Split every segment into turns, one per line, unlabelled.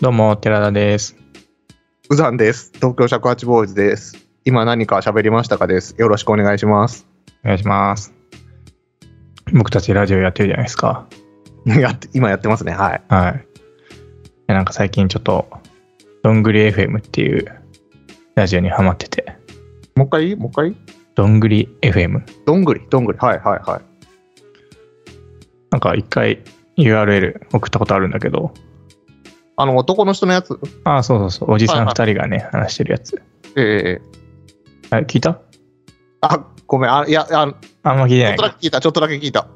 どうも、寺田です。
うざんです。東京尺八ボーイズです。今何か喋りましたかです。よろしくお願いします。
お願いします。僕たちラジオやってるじゃないですか。
やって、今やってますね。はい。
はい。いやなんか最近ちょっと、どんぐり FM っていうラジオにハマってて、
もう一回もう一回
どんぐり FM。
どんぐり、どんぐり。はいはいはい。
なんか一回 URL 送ったことあるんだけど、
あの、男の人のやつ。
ああ、そうそうそう、おじさん
は
二
い
人がね、話してるやつ。
ええええ
あ聞いた
あ、ごめん。あ、いや、あのち
あんま聞いて
ょ
な
っ
い
と。だけ聞いた。ちょっとだけ聞いた。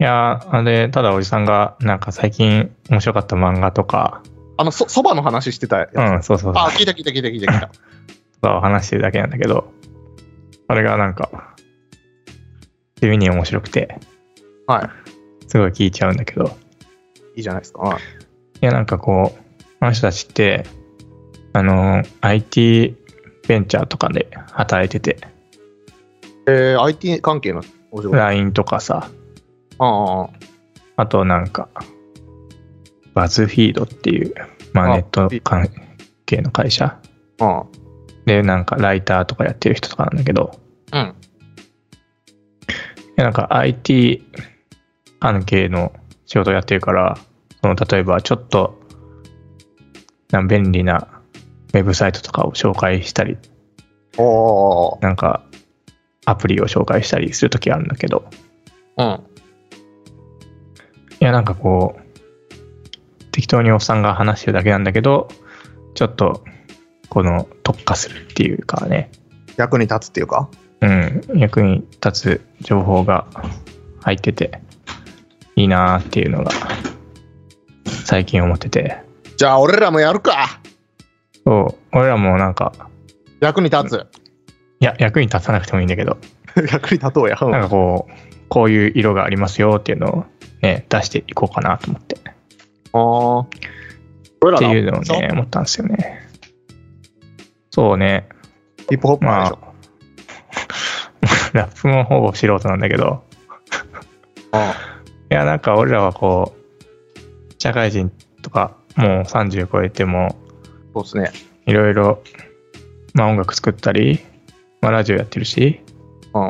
いやー、あれ、ただおじさんが、なんか最近面白かった漫画とか、
あの、そ、そばの話してたやつ。
うん、そうそうそう
あ、聞いた聞いた聞いた聞いた聞いた。
とかを話してるだけなんだけど、あれがなんか、地味に面白くて、
は
すごい聞いちゃうんだけど、
い。いいじゃないですか。はい
いや、なんかこう、あの人たちって、あの、IT ベンチャーとかで働いてて、
えー、IT 関係のお仕事。あ
LINE とかさ、
あ、
あとなんか、バズフィードっていう、まあ
あ
ネット関係の会社
ああ。
で、なんかライターとかやってる人とかなんだけど、
うん。
いやなんか IT 関係の仕事をやってるから、その例えばちょっとなん便利なウェブサイトとかを紹介したり、
おー。
なんかアプリを紹介したりするときあるんだけど、
うん。
いやなんかこう、適当におっさんが話してるだけなんだけど、ちょっとこの特化するっていうかね、
役に立つっていうか。
うん、役に立つ情報が入ってて、いいなーっていうのが、最近思ってて。
じゃあ、俺らもやるか。
そう、俺らもなんか、
役に立つ。
いや、役に立たなくてもいいんだけど、
役に立とうや。うん
なんかこう、こういう色がありますよっていうのをね、出していこうかなと思って。っ
ああ。俺ら
て
の
いうのをね、思ったんですよね。そうね、
ヒップホップなん
ま
でし
あ
ょ。、
ラップもほぼ素人なんだけど、
あ
いや、なんか俺らはこう、社会人とか、もう30超えても、
あそうですね。
いろいろ、まあ音楽作ったり、まあラジオやってるし、
う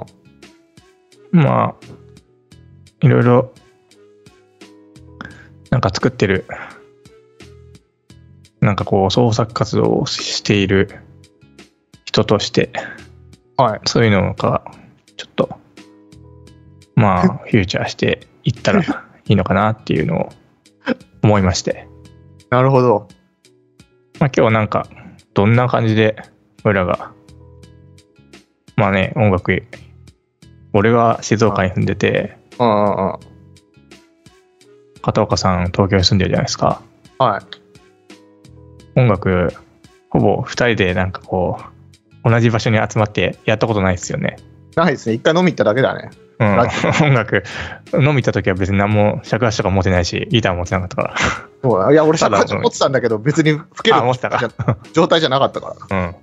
ん。
まあ、いろいろ、なんか作ってる、なんかこう創作活動をしている人として、
はい。
そういうのが、ちょっと、まあ、フューチャーしていったらいいのかなっていうのを思いまして。
なるほど。
まあ今日なんか、どんな感じで、俺らが、まあね、音楽、俺は静岡に住んでて、
うんうんうん。は
片岡さん東京に住んでるじゃないですか。
い。
音楽、ほぼ2人でなんかこう、同じ場所に集まってやったことないですよね。
ないですね。一回飲み行っただけだね。
うん、
ラ
音楽、飲み行った時は別に何も尺足とか持てないし、ギターも持てなかったか
そうだ。いや、俺
た
さ、
だ
持ってたんだけど、別に吹け
ら。あ、
る
持ってたか。
状態じゃなかったから。
うん。い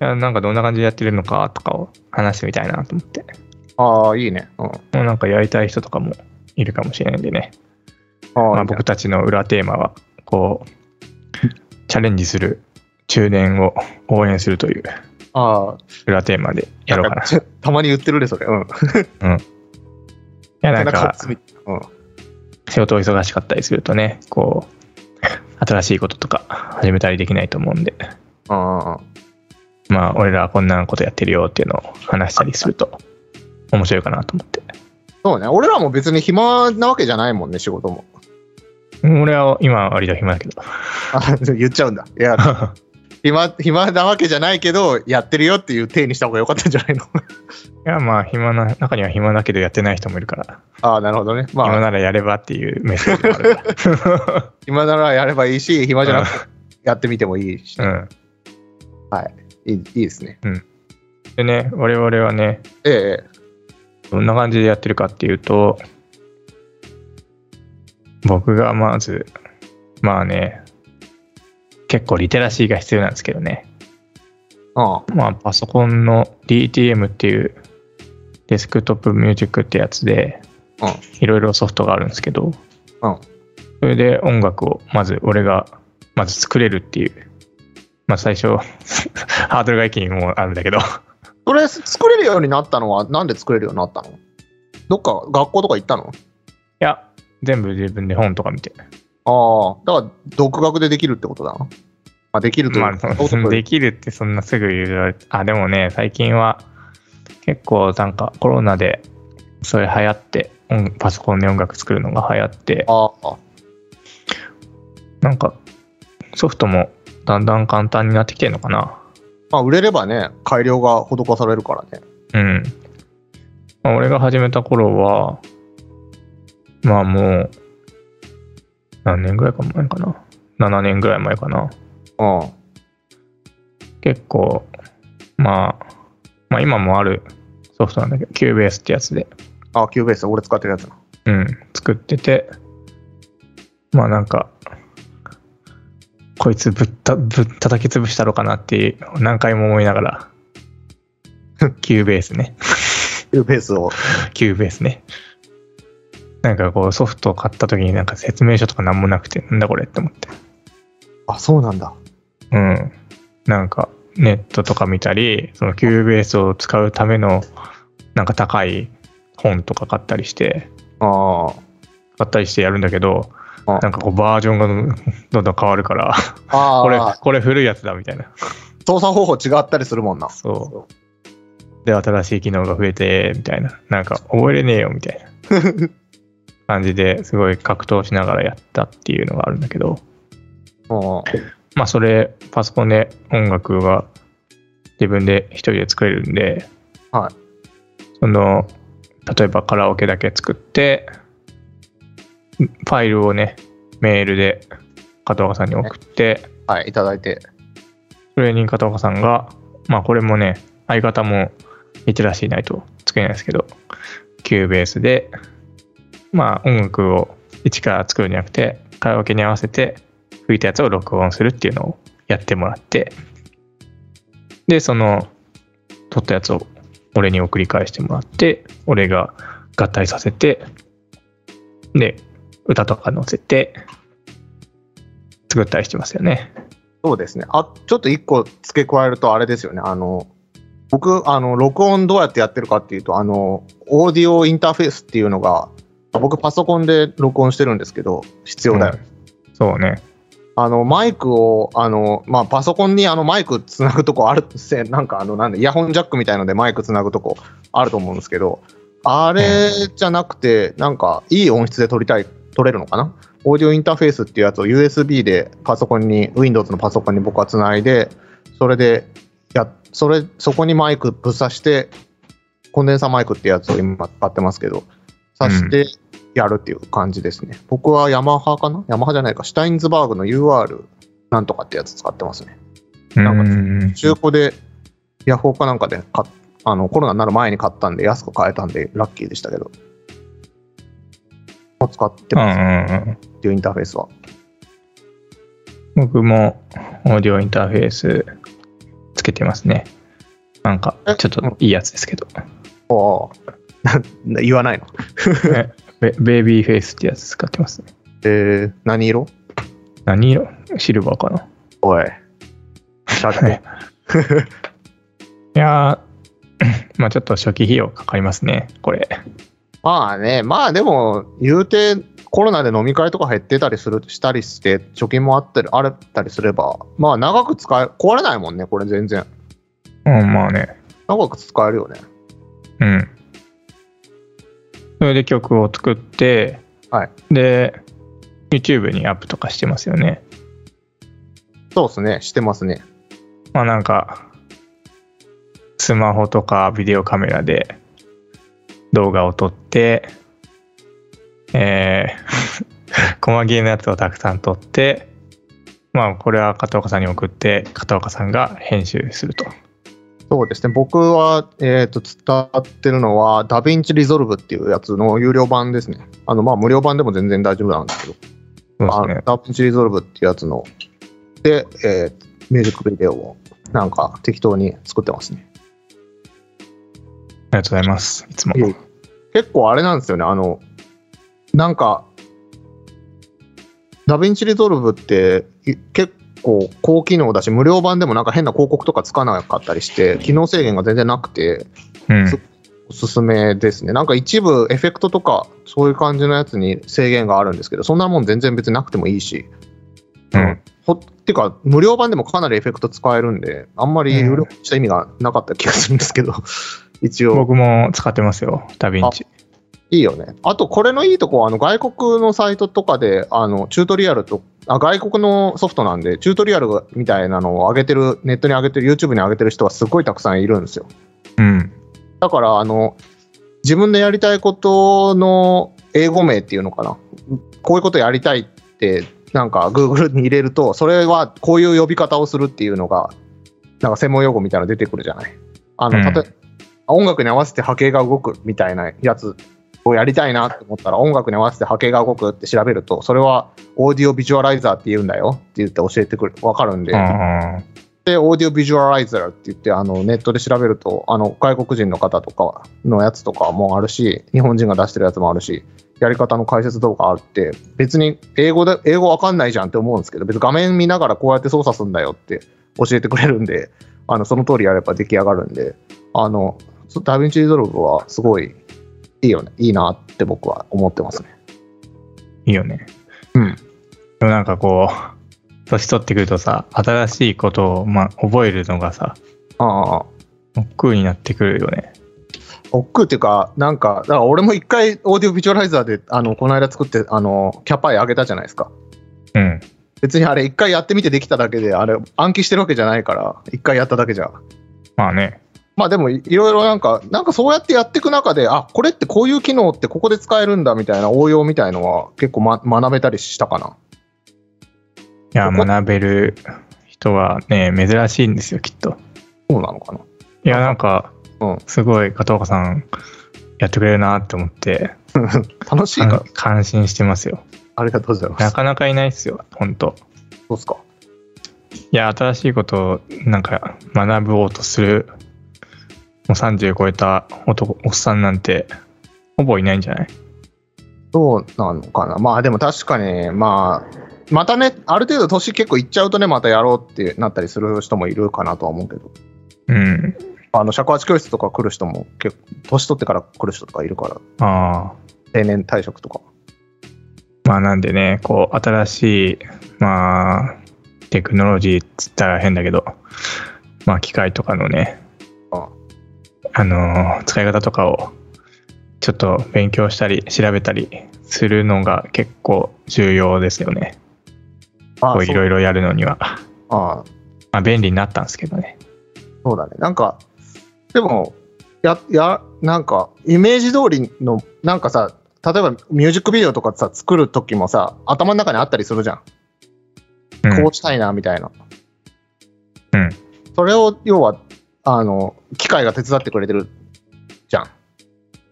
や、なんかどんな感じでやってるのかとかを話してみたいなと思って。
ああ、いいね。うん。
もうなんかやりたい人とかもいるかもしれないんでね。
あ
ま
あ、
あ、僕たちの裏テーマは、こう、チャレンジする中年を応援するという
ああ、
裏テーマでやろうかな。い
ちょたまに言ってるで、それ。うん。
や、なん
背中を
か
つ、みうん。
仕事忙しかったりするとね、こう、新しいこととか始めたりできないと思うんで、
うんうんうん。
まあ、俺らはこんなことやってるよっていうのを話したりすると、面白いかなと思って。
そうね。俺らも別に暇なわけじゃないもんね、仕事も。
俺は今割と暇だけ ど。
あ言っちゃうんだ。いや、暇、暇なわけじゃないけど、やってるよっていう体にした方が良かったんじゃないの
いや、まあ、暇な、中には暇だけどやってない人もいるから、
ああ、なるほどね。まあ
暇、ならやればっていうメッセージもあるから。
暇ならやればいいし、暇じゃなくてやってみてもいいし、
うん。
いいいいですね。
でね、我々はね、
ええ、
どんな感じでやってるかっていうと、僕がまず、まあね、結構リテラシーが必要なんですけどね。
うん、
まあ、パソコンの DTM っていうデスクトップミュージックってやつで
うん、
いろいろソフトがあるんですけど、
うん
それで音楽をまず俺がまず作れるっていう。まあ最初、 ハードルが一気にもうあるんだけど。
それ作れるようになったのは、なんで作れるようになったのどっか学校とか行ったの
いや、全部自分で本とか見て。
ああ、だから独学でできるってことだな。あ、できるという
ま
か
あ、そのできるってそんなすぐ言われて、あ、でもね、最近は結構なんかコロナでそれ流行って、音パソコンで音楽作るのが流行って、
ああ、
なんかソフトもだんだん簡単になってきてるのかな。
まあ、売れればね、改良が施されるからね。
うん。まあ、俺が始めた頃は、まあもう、何年ぐらいか前かな。7年ぐらい前かな。
うん。
結構、まあ、まあ今もあるソフトなんだけど、キューベースってやつで、
あ、キューベース、俺使ってるやつな。
うん、作ってて、まあなんか、こいつぶった、ぶったたき潰したろかなっていう何回も思いながら、 キューベースね。
キューベースを。
キューベースね。なんかこうソフトを買った時になんか説明書とか何もなくて、なんだこれって思って。
あ、そうなんだ。
うん。なんかネットとか見たり、そのキューベースを使うためのなんか高い本とか買ったりして、
ああ。
買ったりしてやるんだけど、
あ
なんかこうバージョンがどんどんどん変わるから、
ああ、
これ、これ古いやつだみたいな。
操作方法違ったりするもんな。
そで、新しい機能が増えて、みたいな。なんか覚えれねえよ、みたいな 感じですごい格闘しながらやったっていうのがあるんだけど、
うん。
まあそれ、パソコンで音楽が自分で一人で作れるんで、
はい
その、例えばカラオケだけ作って、ファイルをね、メールで片岡さんに送って、
はい、いただいて。
それに片岡さんが、まあこれもね、相方もリテラシーないと作れないですけど、キューベースで、まあ音楽を一から作るんじゃなくて、カラオケに合わせて吹いたやつを録音するっていうのをやってもらって、で、その、撮ったやつを俺に送り返してもらって、俺が合体させて、で、歌とか載せて、作ったりしてますよね。
そうですね。あ、ちょっと一個付け加えるとあれですよね。あの、僕、あの、録音どうやってやってるかっていうと、あの、オーディオインターフェースっていうのが、僕パソコンで録音してるんですけど、必要だよね。
うんそうね。
あの、マイクを、あの、まあ、パソコンにあのマイクつなぐとこある せ、なんかあの、なんで、イヤホンジャックみたいのでマイクつなぐとこあると思うんですけど、あれじゃなくて、なんか、いい音質で撮りたい、撮れるのかなオーディオインターフェースっていうやつを USB でパソコンに、Windows のパソコンに僕はつないで、それで、や、それ、そこにマイクぶっ刺して、コンデンサーマイクってやつを今買ってますけど、刺してやるっていう感じですね。僕はヤマハかなヤマハじゃないか、シュタインズバーグの UR なんとかってやつ使ってますね。なんか
うん
中古で、ヤフオクかなんかで買っあのコロナになる前に買ったんで、安く買えたんで、ラッキーでしたけど。もう使って
うんう
ます
んうん
っていうインターフェースは。
僕もオーディオインターフェースつけてますね。なんか
え
ちょっといいやつですけど。
ああ、 な言わないの。
ベベイビーフェイスってやつ使ってますね。
えー、何色
何色シルバーかな。
おい。シャツ
はいいやー、 まあちょっと初期費用かかりますね、これ。
まあね、まあでも、言うて、コロナで飲み会とか減ってたりするしたりして、貯金もあったりあったりすれば、まあ長く使え、壊れないもんね、これ全然。
うん、まあね。
長く使えるよね。
うん。それで曲を作って、
はい
で、YouTube にアップとかしてますよね。
そうですね、してますね。
まあなんか、スマホとかビデオカメラで動画を撮って、えー、 細切れのやつをたくさん撮って、まあこれは片岡さんに送って、片岡さんが編集すると。
そうですね、僕は、えっ、と、伝わってるのは、ダヴィンチリゾルブっていうやつの有料版ですね。あの、まあ無料版でも全然大丈夫なんですけど。
そう
あ
で
の
すね。
ダヴィンチリゾルブっていうやつの、で、えーミュージックビデオをなんか適当に作ってますね。
ありがとうございます。いつも。
いえ結構あれなんですよね、あの、なんか、ダヴィンチリゾルブってい結構高機能だし、無料版でもなんか変な広告とかつかなかったりして、機能制限が全然なくて、
うん
そ。おすすめですね。なんか一部エフェクトとかそういう感じのやつに制限があるんですけど、そんなもん全然別になくてもいいし、
うん。
ほっていうか、無料版でもかなりエフェクト使えるんで、あんまり有力した意味がなかった気がするんですけど、 一応、
僕も使ってますよ、ダヴィンチ。
いいよね。あと、これのいいとこは、あの外国のサイトとかで、あのチュートリアルとあ、外国のソフトなんで、チュートリアルみたいなのを上げてる、ネットに上げてる、YouTube に上げてる人はすごいたくさんいるんですよ。
うん。
だから、あの、自分のやりたいことの英語名っていうのかな。こういうことやりたいって、なんか Google に入れると、それはこういう呼び方をするっていうのが、なんか専門用語みたいなの出てくるじゃない。あの、
うん
例え音楽に合わせて波形が動くみたいなやつをやりたいなと思ったら、音楽に合わせて波形が動くって調べると、それはオーディオビジュアライザーって言うんだよって言って教えてくる、わかるんで。
あ
で、オーディオビジュアライザーって言って、あのネットで調べると、あの外国人の方とかのやつとかもあるし、日本人が出してるやつもあるし、やり方の解説動画あって、別に英語で、英語わかんないじゃんって思うんですけど、別に画面見ながらこうやって操作するんだよって教えてくれるんで、あのその通りやれば出来上がるんで、あの、ダヴィンチリドルブはすごいいいよね、いいなって僕は思ってますね。
ーいいよね。
うん。
でもなんかこう、年取ってくるとさ、新しいことを、まあ、覚えるのがさ、
ああ。
億劫になってくるよね。
億劫っていうか、なんか、だから俺も一回オーディオビジュアライザーで、あの、この間作って、あの、キャパイ上げたじゃないですか。
うん。
別にあれ、一回やってみてできただけで、あれ、暗記してるわけじゃないから、一回やっただけじゃ。
まあね。
まあでも、いいろいろなんか、なんかそうやってやっていく中で、あ、これってこういう機能ってここで使えるんだみたいな応用みたいのは結構、ま、学べたりしたかな。
いや、
ここ
学べる人はね、珍しいんですよ、きっと。
そうなのかな。
いや、なんか
うん、
すごい片岡さん、やってくれるなって思って、
楽しいから、
感感心してますよ。
ありがとうございま
な
す。
かなかいないっすよ、ほんと。
そうっすか。
いや、新しいことをなんか学ぼうとする、もう30超えた男、おっさんなんて、ほぼいないんじゃない
そうなのかな。まあでも確かに、まあ、またね、ある程度年結構いっちゃうとね、またやろうってなったりする人もいるかなとは思うけど、
うん。
あの、尺八教室とか来る人も結構、年取ってから来る人とかいるから、
ああ。
定年退職とか。
まあなんでね、こう、新しい、まあ、テクノロジーっつったら変だけど、まあ機械とかのね、
あ
あのー使い方とかをちょっと勉強したり調べたりするのが結構重要ですよね。
あ
こういろ
い
いろやるのには。
ろ。ああ
まあ便利になったんですけどね。
そうだね。なんか、でも、や、や、なんか、イメージ通りの、なんかさ、例えばミュージックビデオとかさ、作る時もさ、頭の中にあったりするじゃん。
うん
こうしたいなみたいな。
うん
それを要はあの機械が手伝ってくれてるじゃん。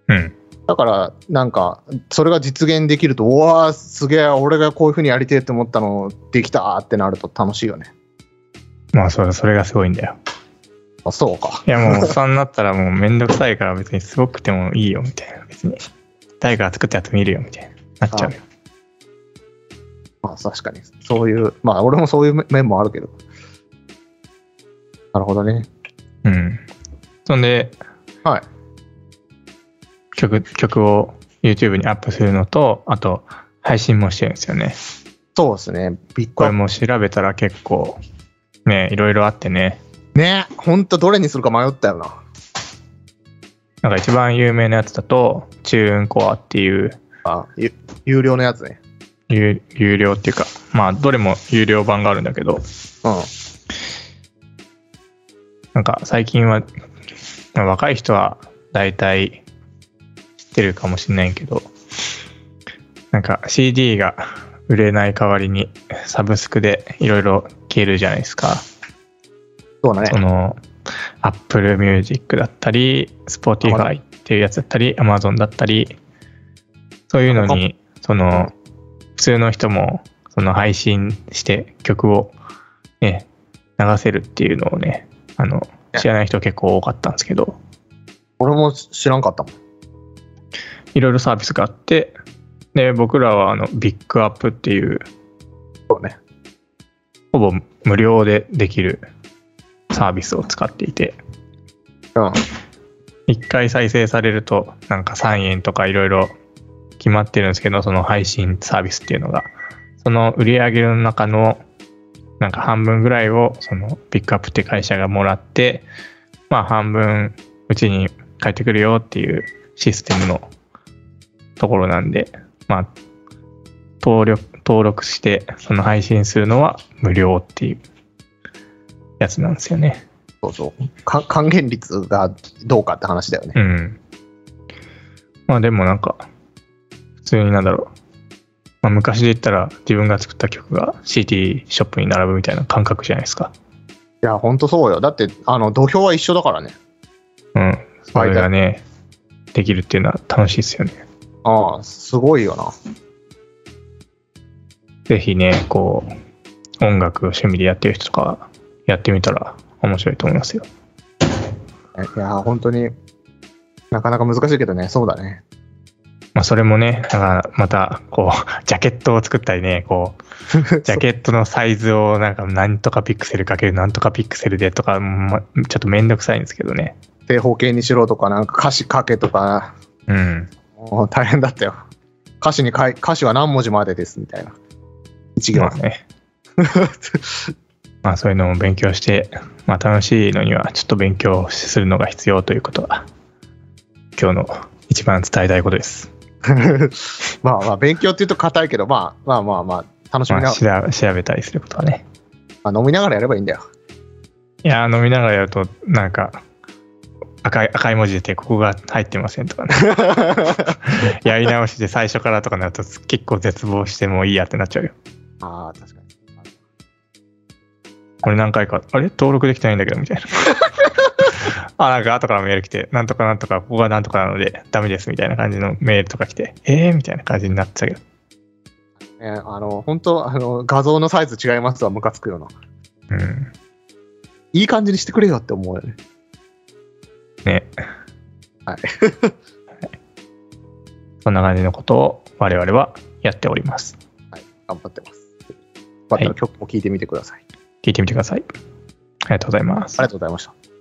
うん。
だからなんかそれが実現できるとうわーすげえ俺がこういうふうにやりてえって思ったのできたーってなると楽しいよね。
まあそれそれがすごいんだよ。
あそうか。
いやもう おっさんになったらもうめんどくさいから別にすごくてもいいよみたいな。別に。誰かが作ったやつ見るよみたいな。なっちゃうよ。
まあ確かにそういうまあ俺もそういう面もあるけど。なるほどね。
うん。そんで、
はい。
曲、曲を YouTube にアップするのと、あと、配信もしてるんですよね。
そうですね。ビッグ
こ
ア
れ
ッ
も調べたら結構、ね、いろいろあってね。
プ。ねほんとどれにするか迷ったよな。
なんか一番有名なやつだと、チューンコアっていう、
あゆ有料のやつね。
有有料っていうか、まあ、どれも有料版があるんだけど、
うん。
なんか最近は、まあ若い人は大体知ってるかもしれないけど、なんか CD が売れない代わりにサブスクでいろいろ消えるじゃないですか。
そうだね
そ。の Apple Music だったり Spotify っていうやつだったり Amazon だったりそういうのにその普通の人もその配信して曲をね流せるっていうのをねあの
ね
知らない人結構多かったんですけど
俺も知らんかったもん。
いろいろサービスがあってで僕らはあのビッグアップっていう
そうね。
ほぼ無料でできるサービスを使っていて、
うん。
1回再生されると、なんか3円とかいろいろ決まってるんですけど、その配信サービスっていうのが、その売り上げの中の、なんか半分ぐらいを、そのピックアップって会社がもらって、まあ半分うちに帰ってくるよっていうシステムのところなんで、まあ、登録、登録して、その配信するのは無料っていうやつなんですよね。
そうそう。か還元率がどうかって話だよね。
うん。まあでもなんか、普通になんだろう。まあ昔で言ったら自分が作った曲が CD ショップに並ぶみたいな感覚じゃないですか。
いや、ほんとそうよ。だって、あの、土俵は一緒だからね。
うん。それがね、できるっていうのは楽しいですよね。
ああ、すごいよな。
ぜひね、こう、音楽を趣味でやってる人とかはやってみたら面白いと思いますよ。
いや、本当になかなか難しいけどね、そうだね。
まあそれもね、だからまた、こう、 ジャケットを作ったりね、こ う、ジャケットのサイズをなんかなんとかピクセルかけるなんとかピクセルでとか、まちょっとめんどくさいんですけどね。
正方形にしろとか、なんか歌詞書けとか、
うん。
もう大変だったよ。歌詞に書い歌詞は何文字までですみたいな。一行
ま。あね。 まあそういうのも勉強して、まあ楽しいのにはちょっと勉強するのが必要ということが、今日の一番伝えたいことです。
まあまあ、勉強っていうと硬いけど、まあまあまあまあ、楽しみ
ま
な
あ、
が
しら調べたりすることはね。
ら、まあ飲みながらやればいいんだよ。
いやー飲みながらやるとなんか赤い赤い文字出てここが入ってませんとか ねやり直しで最初からとかなると結構絶望してもういいやってなっちゃうよ
ああ、確かに。
俺何回かあれ登録できてないんだけど みたいなあなんか後からメール来てなんとかなんとかここがなんとかなのでダメですみたいな感じのメールとか来てえーみたいな感じになってたけど
えーあの、本当あの、画像のサイズ違いますはムカつくよな。
うん
いい感じにしてくれよって思うよね。
ね
はい
そんな感じのことを我々はやっております
頑張ってます。よかった
は
ら曲も聴いてみてください。あ
聞いてみてくださいありがとうございます
りがとうございました。